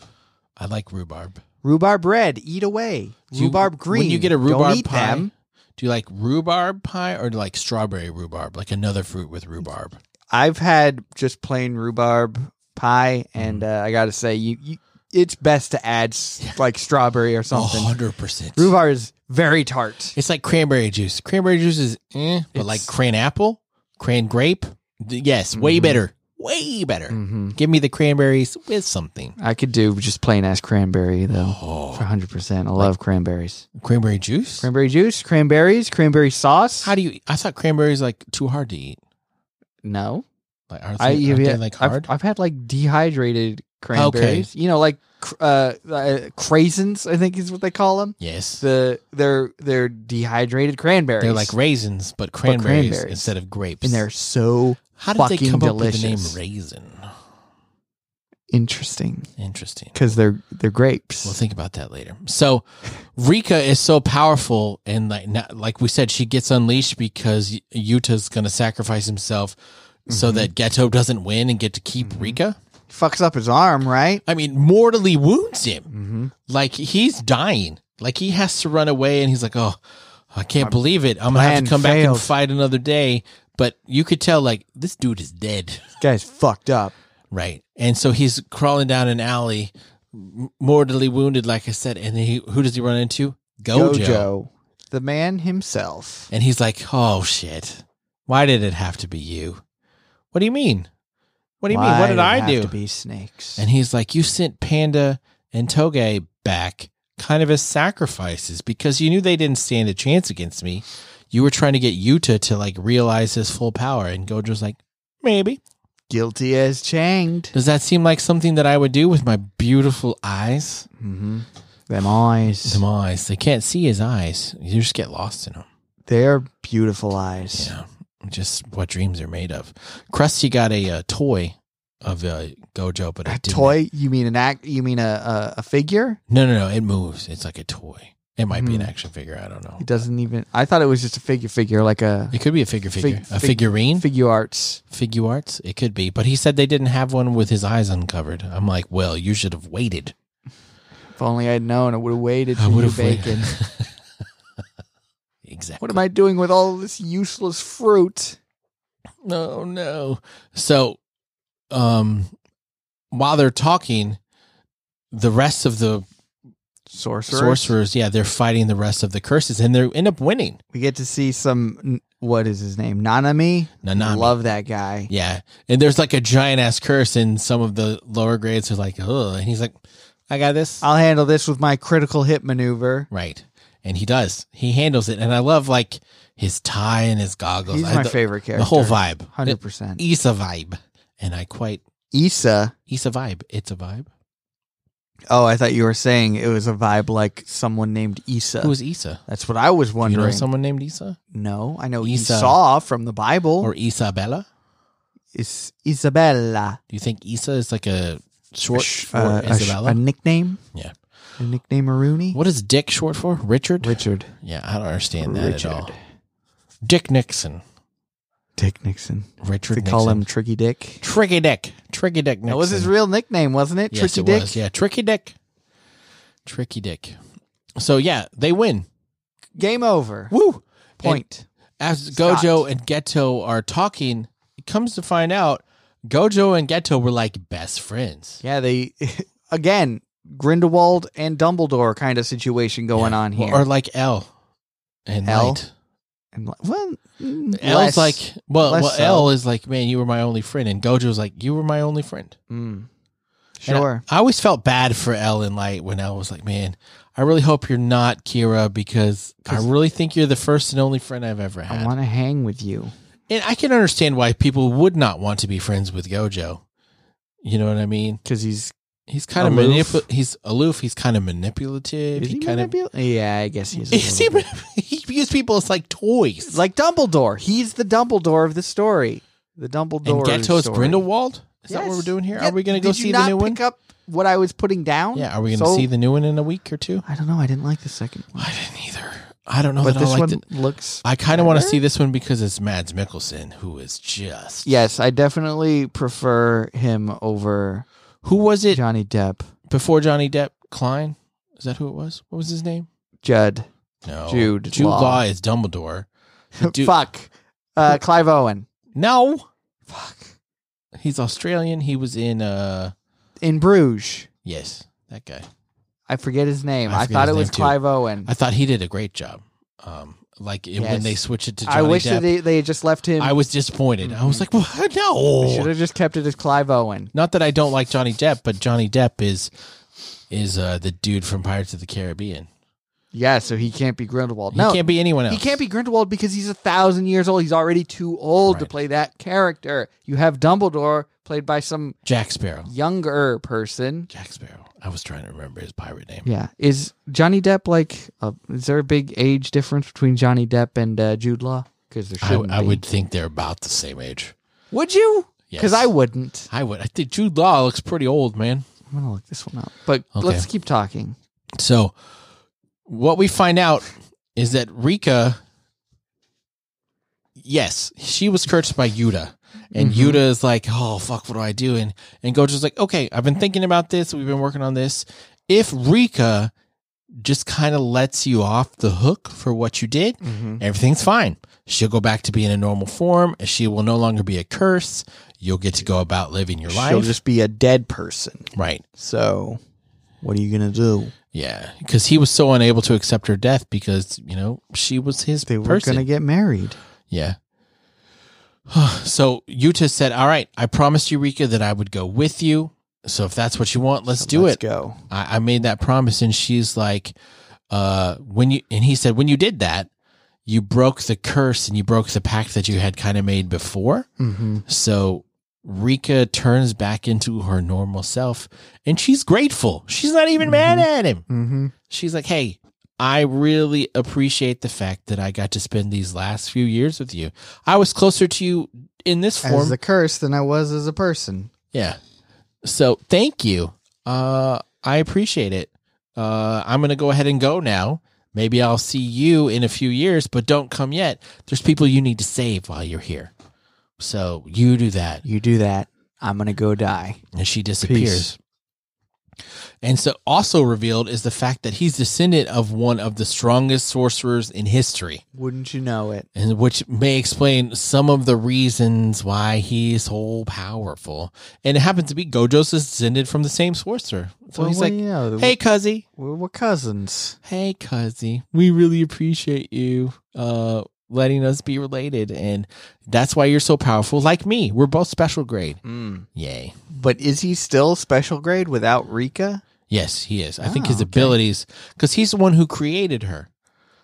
S1: I like rhubarb.
S2: Rhubarb red, eat away.
S1: Do you-
S2: rhubarb green.
S1: When you get a
S2: don't
S1: rhubarb
S2: eat
S1: pie,
S2: them.
S1: do you like rhubarb pie or do you like strawberry rhubarb, like another fruit with rhubarb?
S2: I've had just plain rhubarb pie, and
S1: Mm-hmm.
S2: uh, I gotta say, you, you it's best to add s- like strawberry or
S1: A
S2: something.
S1: hundred percent.
S2: Rhubarb is very tart.
S1: It's like cranberry juice. Cranberry juice is eh, but
S2: It's-
S1: like cran apple, cran grape, th- yes, way
S2: Mhm.
S1: better, way better.
S2: Mm-hmm.
S1: Give me the cranberries with something.
S2: I could do just plain ass cranberry though. For
S1: Oh,
S2: 100%. I love cranberries.
S1: cranberry juice.
S2: Cranberry juice, cranberries, cranberry sauce.
S1: How do you? I thought cranberries like too hard to eat.
S2: no.
S1: Like are they,
S2: I,
S1: aren't
S2: yeah,
S1: they like
S2: I've-
S1: hard?
S2: I've, had like dehydrated cranberries. You know, like cr- uh, uh, craisins, I think is what they call them.
S1: yes,
S2: The they're they're dehydrated cranberries.
S1: they're like raisins, but cranberries,
S2: cranberries.
S1: instead of grapes.
S2: and they're so
S1: How did they
S2: fucking
S1: come up
S2: delicious.
S1: with the name raisin?
S2: interesting
S1: Interesting.
S2: because they're they're grapes.
S1: We'll think about that later. So, Rika is so powerful, and like not, like we said, she gets unleashed because Yuta's going to sacrifice himself
S2: Mm-hmm.
S1: so that Geto doesn't win and get to keep Rika.
S2: Fucks up his arm, right?
S1: I mean, mortally wounds him.
S2: Mm-hmm.
S1: Like he's dying. Like he has to run away, and he's like, "Oh, I can't believe it. I'm gonna have
S2: plan
S1: to come back and
S2: failed."
S1: fight another day." But you could tell, like, this dude is dead.
S2: Guy's fucked up.
S1: Right. And so he's crawling down an alley, m- mortally wounded, like I said. And he, who does he run into? Gojo.
S2: Gojo, the man himself.
S1: And he's like, oh shit. Why did it have to be you? What do you mean? What do you mean? What did I do?
S2: To be snakes.
S1: and he's like, you sent Panda and Toge back kind of as sacrifices because you knew they didn't stand a chance against me. You were trying to get Yuta to like realize his full power. And Gojo's like, maybe.
S2: Guilty as changed.
S1: Does that seem like something that I would do with my beautiful eyes?
S2: Mm-hmm. Them eyes.
S1: Them eyes. They can't see his eyes. You just get lost in them.
S2: They're beautiful eyes.
S1: Yeah. Just what dreams are made of. Krusty got a uh, toy of uh, Gojo, but
S2: A
S1: it didn't.
S2: toy? You mean an act? You mean a, a a figure?
S1: No, no, no. It moves. It's like a toy. It might be an
S2: Hmm.
S1: action figure. I don't know.
S2: It doesn't even. I thought it was just a figure, figure like a
S1: It could be a figure
S2: Fig-
S1: figure. a
S2: fig-
S1: figurine?
S2: figure arts.
S1: figure arts? It could be. But he said they didn't have one with his eyes uncovered. I'm like, well, you should have waited.
S2: If only I'd known, I would have waited
S1: I
S2: for
S1: would
S2: you,
S1: have
S2: bacon.
S1: waited. <laughs> exactly.
S2: what am I doing with all this useless fruit?
S1: No, no. So, um, while they're talking, the rest of the
S2: Sorcerer.
S1: sorcerers, yeah, they're fighting the rest of the curses, and they end up winning.
S2: We get to see some. What is his name? Nanami.
S1: Nanami.
S2: Love that guy.
S1: Yeah, and there's like a giant ass curse, and some of the lower grades are like, "Oh," and he's like, "I got this."
S2: I'll handle this with my critical hit maneuver.
S1: right, and he does. He handles it, and I love like his tie and his goggles.
S2: He's
S1: I-
S2: my
S1: the,
S2: favorite character.
S1: the whole vibe, E
S2: hundred percent.
S1: It's a vibe, and I quite
S2: Issa.
S1: it's a vibe. It's a vibe.
S2: Oh, I thought you were saying it was a vibe like someone named Issa.
S1: Who is Issa?
S2: That's what I was
S1: Do you
S2: wondering.
S1: know someone named Issa
S2: no, I know
S1: Issa.
S2: Esau from the Bible.
S1: or Isabella?
S2: is Isabella
S1: Do you think Issa is like a short
S2: Sh-
S1: for
S2: uh, a, sh-
S1: Isabella?
S2: a nickname?
S1: Yeah.
S2: a nickname Rooney.
S1: what is Dick short for? Richard?
S2: Richard.
S1: Yeah, I don't understand that
S2: Richard.
S1: at all. Dick Nixon.
S2: Dick Nixon.
S1: Richard
S2: They
S1: Nixon.
S2: call him Tricky Dick.
S1: Tricky Dick. Tricky Dick Nixon.
S2: That was his real nickname, wasn't it?
S1: yes,
S2: Tricky
S1: it
S2: Dick.
S1: was. Yeah, Tricky Dick. Tricky Dick. So yeah, they win.
S2: Game over.
S1: Woo!
S2: Point.
S1: As
S2: Scott.
S1: Gojo and Geto are talking, it comes to find out Gojo and Geto were like best friends.
S2: yeah, they <laughs> again Grindelwald and Dumbledore kind of situation going
S1: Yeah.
S2: on here.
S1: Or like L and
S2: L?
S1: Light.
S2: and like, well, mm,
S1: L's
S2: less-
S1: like, well,
S2: less
S1: well
S2: so.
S1: L is like, man, you were my only friend, and Gojo's like, you were my only friend.
S2: Mm.
S1: And I-
S2: sure.
S1: I, always felt bad for L and Light when L was like, man, I really hope you're not Kira because I
S2: 'Cause-
S1: really think you're the first and only friend I've ever had.
S2: I want to hang with you.
S1: and I can understand why people would not want to be friends with Gojo. You know what I mean?
S2: Because he's
S1: He's kind of
S2: Aloof.
S1: manip- He's aloof. He's kind of manipulative.
S2: is he
S1: kind of
S2: manipul- yeah, I guess he's.
S1: <laughs>
S2: a
S1: Is he,
S2: little bit.
S1: he views people as like toys.
S2: like Dumbledore. He's the Dumbledore of the story. The
S1: and
S2: Dumbledore
S1: Ghetto's
S2: story.
S1: Grindelwald. Is that what
S2: Yes.
S1: we're doing here?
S2: Yeah,
S1: Are we going to go
S2: did you
S1: see the
S2: not
S1: new one?
S2: Pick up what I was putting down.
S1: Yeah, are we going to
S2: So-
S1: see the new one in a week or two?
S2: I don't know. I didn't like the second one,
S1: I didn't either. I don't know
S2: but
S1: that I
S2: this
S1: liked
S2: one
S1: it.
S2: looks.
S1: I kind of want to
S2: better?
S1: see this one because it's Mads Mikkelsen, who is just
S2: Yes, I definitely prefer him over
S1: Who was it
S2: Johnny Depp,
S1: before Johnny Depp? Klein? Is that who it was? What was his name?
S2: Judd.
S1: No,
S2: Jude
S1: Jude Law,
S2: Law.
S1: is Dumbledore. The dude-
S2: <laughs> Fuck, uh, Clive Owen.
S1: No,
S2: Fuck,
S1: he's Australian. He was in uh,
S2: in Bruges.
S1: yes, that guy.
S2: I forget his name.
S1: I
S2: I,
S1: forget
S2: thought
S1: his
S2: it
S1: name
S2: was
S1: too.
S2: Clive Owen.
S1: I thought he did a great job. Um, like it- when
S2: Yes.
S1: they switched it to Johnny
S2: I wish
S1: Depp,
S2: that they, Mm-hmm. they had just left him.
S1: I
S2: I
S1: was disappointed. I was like, well,
S2: should
S1: <laughs> no.
S2: have just kept it as Clive Owen.
S1: Not that I don't like Johnny Depp, but Johnny Depp is is uh, the dude from Pirates of the Caribbean.
S2: Yeah, so he can't be Grindelwald.
S1: He
S2: No,
S1: can't be anyone else.
S2: He can't be Grindelwald because he's a thousand years old. He's already too old to
S1: Right.
S2: play that character. You have Dumbledore played by some
S1: Jack Sparrow.
S2: younger person.
S1: Jack Sparrow. I was trying to remember his pirate name.
S2: Yeah, is Johnny Depp like? A, is there a big age difference between Johnny Depp and uh, Jude Law? Because there
S1: I,
S2: shouldn't.
S1: I
S2: be.
S1: would think they're about the same age.
S2: Would you?
S1: Yes.
S2: Because I wouldn't.
S1: I would. I think Jude Law looks pretty old, man.
S2: I'm gonna look this one up. But
S1: Okay.
S2: let's keep talking.
S1: So, what we find out is that Rika, yes, she was cursed by Yuta. And Yuta is like, oh, fuck, what do I do? And, and Gojo's like, okay, I've been thinking about this. We've been working on this. If Rika just kind of lets you off the hook for what you did,
S2: Mm-hmm.
S1: everything's fine. She'll go back to being a normal form. She will no longer be a curse. You'll get to go about living your life.
S2: be a dead person.
S1: right.
S2: So, what are you gonna do?
S1: Yeah, because he was so unable to accept her death because you know she was his
S2: They were
S1: person.
S2: gonna get married.
S1: yeah. <sighs> so Yuta said, "All right, I promised Eureka that I would go with you. So if that's what you want, let's do
S2: Let's
S1: it.
S2: Go.
S1: I, I made that promise." And she's like, "Uh, when you," and he said, "When you did that." You broke the curse and you broke the pact that you had kind of made before.
S2: Mm-hmm.
S1: So Rika turns back into her normal self and she's grateful. She's not even mad at him
S2: Mm-hmm.
S1: she's like, "Hey, I really appreciate the fact that I got to spend these last few years with you. I was closer to you in this
S2: as
S1: form,
S2: a curse than I was as a person.
S1: yeah. So thank you. Uh, I appreciate it. Uh, I'm gonna go ahead and go now. Maybe I'll see you in a few years, but don't come yet. There's people you need to save while you're here. So you do that,
S2: You do that, I'm gonna go die.
S1: and she disappears. And so, also revealed is the fact that he's descendant of one of the strongest sorcerers in history.
S2: Wouldn't you know it?
S1: and which may explain some of the reasons why he's so powerful. And it happens to be Gojo's descended from the same sorcerer. So
S2: Well,
S1: he's
S2: what
S1: like,
S2: do you know?
S1: "Hey, cuzzy,
S2: we're, we're cousins.
S1: hey, cuzzy, we really appreciate you uh, letting us be related, and that's why you're so powerful. Like me, we're both special grade. Yay!
S2: Hmm. But is he still special grade without Rika?
S1: Yes, he is. I think
S2: Ah,
S1: his
S2: okay.
S1: abilities, because he's the one who created her.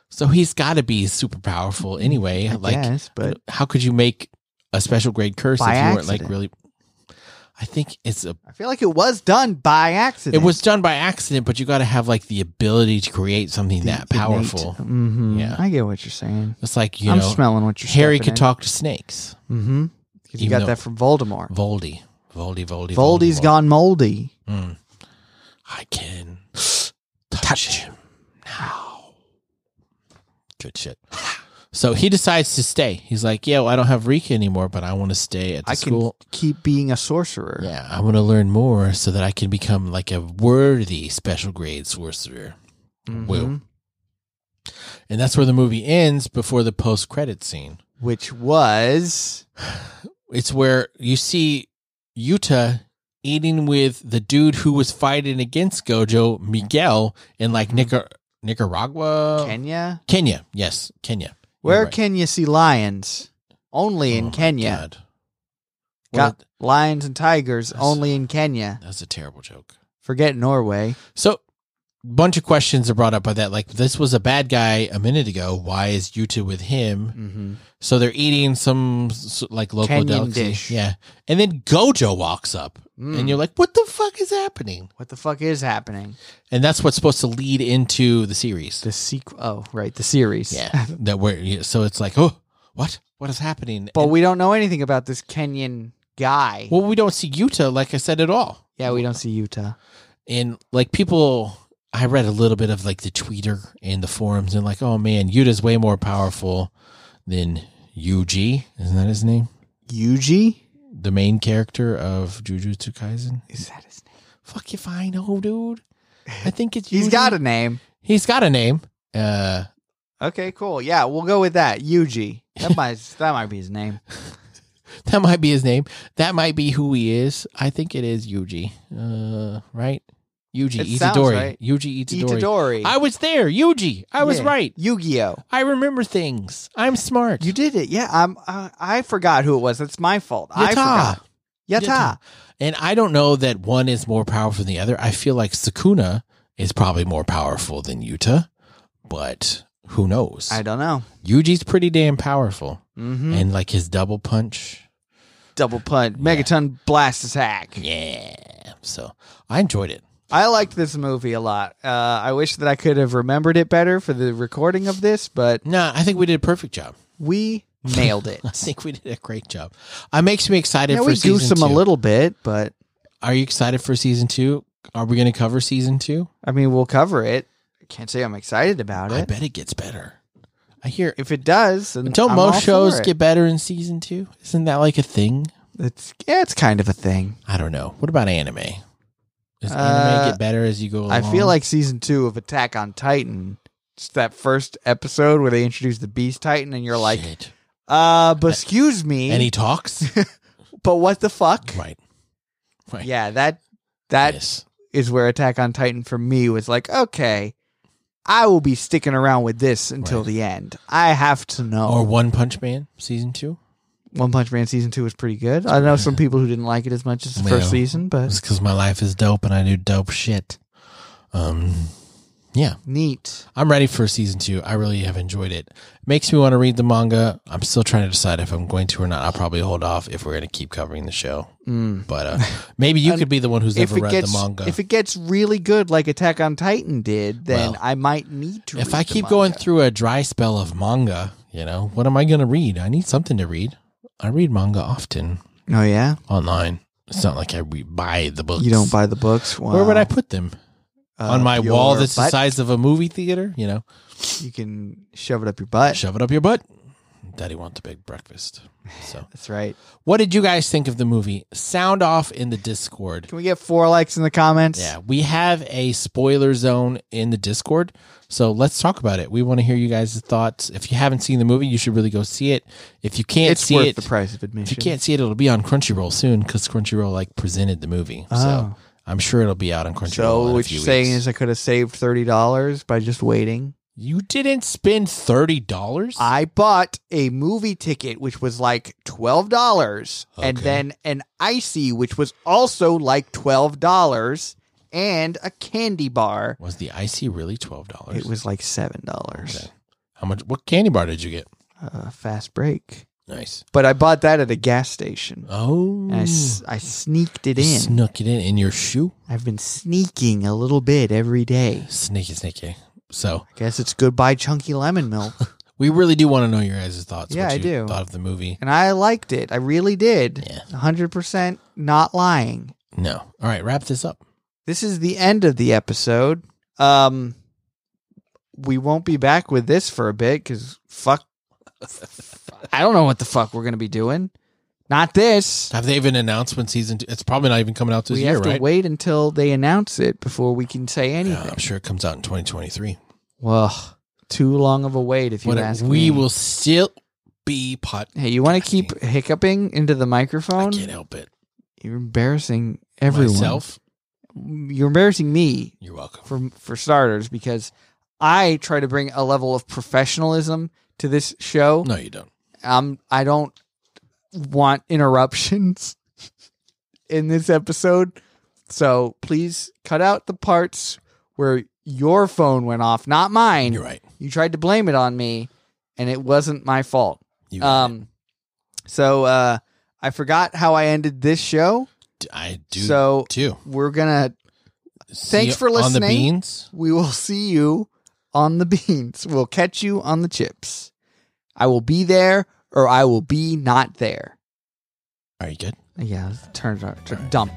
S1: So he's got to be super powerful anyway.
S2: I
S1: like,
S2: guess, but
S1: how could you make a special grade curse if you
S2: By
S1: weren't like
S2: accident.
S1: really? I think it's a.
S2: I feel like it was done by accident.
S1: It was done by accident, but you got to have like the ability to create something that powerful.
S2: Mm-hmm.
S1: Yeah.
S2: I get what you're saying.
S1: It's like you
S2: I'm
S1: know,
S2: smelling what you're
S1: Harry
S2: stepping
S1: could talk to snakes.
S2: in. Mm-hmm. You
S1: Even
S2: got
S1: though-
S2: that from Voldemort.
S1: Voldy, Voldy, Voldy,
S2: Voldy's
S1: Voldy.
S2: gone moldy.
S1: Mm. I can touch him now. Good shit. So he decides to stay. He's like, "Yeah, well, I don't have Rika anymore, but I want to stay at the
S2: I
S1: school.
S2: can keep being a sorcerer.
S1: yeah, I want to learn more so that I can become like a worthy special grade sorcerer."
S2: Mhm.
S1: Woo. And that's where the movie ends before the post credit scene.
S2: Which was
S1: It's where you see Yuta eating with the dude who was fighting against Gojo, Miguel, in like
S2: Mm-hmm.
S1: Nicar-
S2: Oh.
S1: Nicaragua,
S2: Kenya.
S1: Kenya. Yes, Kenya.
S2: Where
S1: right.
S2: can you see lions? Only in
S1: Oh my
S2: Kenya.
S1: God.
S2: Got
S1: What
S2: lions and tigers
S1: That's-
S2: only in Kenya.
S1: a- that's a terrible joke.
S2: Forget Norway.
S1: So, bunch of questions are brought up by that. Like, this was a bad guy a minute ago. Why is Yuta with him?
S2: Mm-hmm.
S1: So they're eating some s- like local
S2: Kenyan
S1: delicacy.
S2: dish. Hmm.
S1: Yeah, and then Gojo walks up, and you're like, "What the fuck is happening?"
S2: Mm, what the fuck is happening?
S1: And that's what's supposed to lead into the series.
S2: The sequel. Oh, right, the series.
S1: Yeah, <laughs> that where yeah, so it's like, oh, what what is happening?
S2: but
S1: And-
S2: we don't know anything about this Kenyan guy.
S1: well, we don't see Yuta, like I said, at all.
S2: yeah, we don't see Utah.
S1: and like people i read a little bit of like the tweeter and the forums and like oh man yuta's way more powerful than yuji isn't that his name
S2: Yuji?
S1: the main character of jujutsu kaisen
S2: Is that his name?
S1: fuck if i know dude
S2: <laughs>
S1: i think it's
S2: He's
S1: Yuji.
S2: got a name.
S1: he's got a name uh
S2: Okay, cool. Yeah, we'll go with that. Yuji. <laughs> That might that might be his name.
S1: that might be his name that might be who he is i think it is yuji uh right yuji
S2: It sounds
S1: itadori
S2: right.
S1: yuji itadori.
S2: Itadori.
S1: i was there yuji i was
S2: Yeah.
S1: right
S2: Yu-Gi-Oh.
S1: i remember things i'm smart
S2: You did it. Yeah, I'm uh, I forgot who it was. That's my fault.
S1: Yata.
S2: I forgot. Yata.
S1: Yata. And I don't know that one is more powerful than the other. I feel like Sakuna is probably more powerful than Yuta, but who knows?
S2: I don't know.
S1: Yuji's pretty damn powerful.
S2: Mhm.
S1: And like his double punch.
S2: Double punt. Megaton blast attack.
S1: Yeah. So I enjoyed it.
S2: I liked this movie a lot. Uh, I wish that I could have remembered it better for the recording of this, but
S1: No, I think we did a perfect job. <laughs>
S2: we nailed it.
S1: I think we did a great job. It makes me excited
S2: yeah,
S1: for
S2: we
S1: season
S2: goose them
S1: two.
S2: a little bit, but
S1: Are you excited for season two? Are we going to cover season two?
S2: I mean, we'll cover it. I can't say I'm excited about
S1: I
S2: it.
S1: bet it gets better. I hear.
S2: If it does, then
S1: Don't
S2: I'm all for
S1: most shows
S2: it.
S1: get better in season two? Isn't that like a thing?
S2: It's yeah, it's kind of a thing.
S1: I don't know. What about anime? Does
S2: Uh,
S1: anime get better as you go along?
S2: I feel like season two of Attack on Titan. It's that first episode where they introduce the Beast Titan, and you're like,
S1: Shit.
S2: uh, but excuse me,
S1: and he
S2: <laughs>
S1: talks.
S2: but what the fuck?
S1: right. Right.
S2: Yeah, that that is
S1: Yes.
S2: where Attack on Titan for me was like, okay, I will be sticking around with this until
S1: Right.
S2: the end. I have to know.
S1: Or One Punch Man season two.
S2: One Punch Man season two was pretty good. I know some people who didn't like it as much as the
S1: Well,
S2: first season, but
S1: It's because my life is dope and I do dope shit. Um. Yeah,
S2: neat.
S1: I'm ready for season two. I really have enjoyed it. Makes me want to read the manga. I'm still trying to decide if I'm going to or not. I'll probably hold off if we're going to keep covering the show.
S2: Mm.
S1: But uh, maybe
S2: <laughs>
S1: you could be the one who's
S2: If
S1: never
S2: it
S1: read
S2: gets
S1: the manga.
S2: if it gets really good like Attack on Titan did, then
S1: Well,
S2: I might need to.
S1: if
S2: read
S1: I
S2: the
S1: keep going
S2: manga.
S1: through a dry spell of manga, you know, what am I going to read? I need something to read. I read manga often
S2: oh yeah,
S1: online. It's not like I re- buy the books.
S2: you don't buy the books. Wow.
S1: Where would I put them?
S2: Uh,
S1: On my
S2: your
S1: wall that's the
S2: butt?
S1: size of a movie theater? You know,
S2: You can shove it up your butt.
S1: shove it up your butt. Daddy wants a big breakfast. So,
S2: That's right.
S1: what did you guys think of the movie? Sound off in the Discord.
S2: Can we get four likes in the comments?
S1: Yeah, we have a spoiler zone in the Discord. So let's talk about it. We want to hear you guys' thoughts. If you haven't seen the movie, you should really go see it. If you can't
S2: it's
S1: see
S2: worth
S1: it,
S2: the price of
S1: If you
S2: admission.
S1: can't see it, it'll be on Crunchyroll soon because Crunchyroll like presented the movie. So
S2: Oh.
S1: I'm sure it'll be out on Crunchyroll.
S2: so
S1: in a
S2: what
S1: few
S2: you're saying
S1: weeks.
S2: is I could have saved thirty dollars by just waiting.
S1: you didn't spend thirty dollars?
S2: I bought a movie ticket, which was like twelve dollars, and
S1: Okay.
S2: then an icy, which was also like twelve dollars, and a candy bar.
S1: Was the IC really twelve dollars?
S2: It was like seven dollars.
S1: How much? What candy bar did you get?
S2: Uh, fast break.
S1: Nice.
S2: But I bought that at a gas station.
S1: Oh,
S2: And I, s- I sneaked it
S1: you
S2: in.
S1: snuck it in in your shoe.
S2: I've been sneaking a little bit every day.
S1: Sneaky, sneaky. So
S2: I guess it's goodbye chunky lemon milk.
S1: <laughs> we really do want to know your guys' thoughts.
S2: Yeah,
S1: what
S2: I
S1: you
S2: do.
S1: Thought of the movie?
S2: and I liked it. I really did.
S1: Yeah.
S2: 100% not lying.
S1: No. All right, wrap this up.
S2: this is the end of the episode. Um, we won't be back with this for a bit because fuck, I don't know what the fuck we're gonna be doing. Not this.
S1: Have they even announced when season two? It's probably not even coming out this
S2: we
S1: year,
S2: have to
S1: right?
S2: wait until they announce it before we can say
S1: Yeah,
S2: anything.
S1: I'm sure it comes out in 2023.
S2: Well, too long of a wait if you
S1: What-
S2: ask
S1: we
S2: me.
S1: will still be pot.
S2: Hey, you want to keep hiccuping into the
S1: I
S2: microphone?
S1: can't help it.
S2: You're embarrassing everyone.
S1: Myself.
S2: You're embarrassing me
S1: You're welcome.
S2: for for starters because I try to bring a level of professionalism to this show.
S1: No, you don't.
S2: Um, I don't want interruptions <laughs> in this episode, so please cut out the parts where your phone went off, not mine.
S1: You're right.
S2: You tried to blame it on me, and it wasn't my fault.
S1: You got it.
S2: Um, so uh, I forgot how I ended this show.
S1: D- I do
S2: so
S1: too.
S2: we're gonna. thanks
S1: See
S2: for
S1: you On the
S2: listening.
S1: beans.
S2: We will <laughs> see you on the beans. We'll catch you on the chips. I will be there or I will be not there.
S1: Are you good?
S2: Yeah, turns out tur- dumb.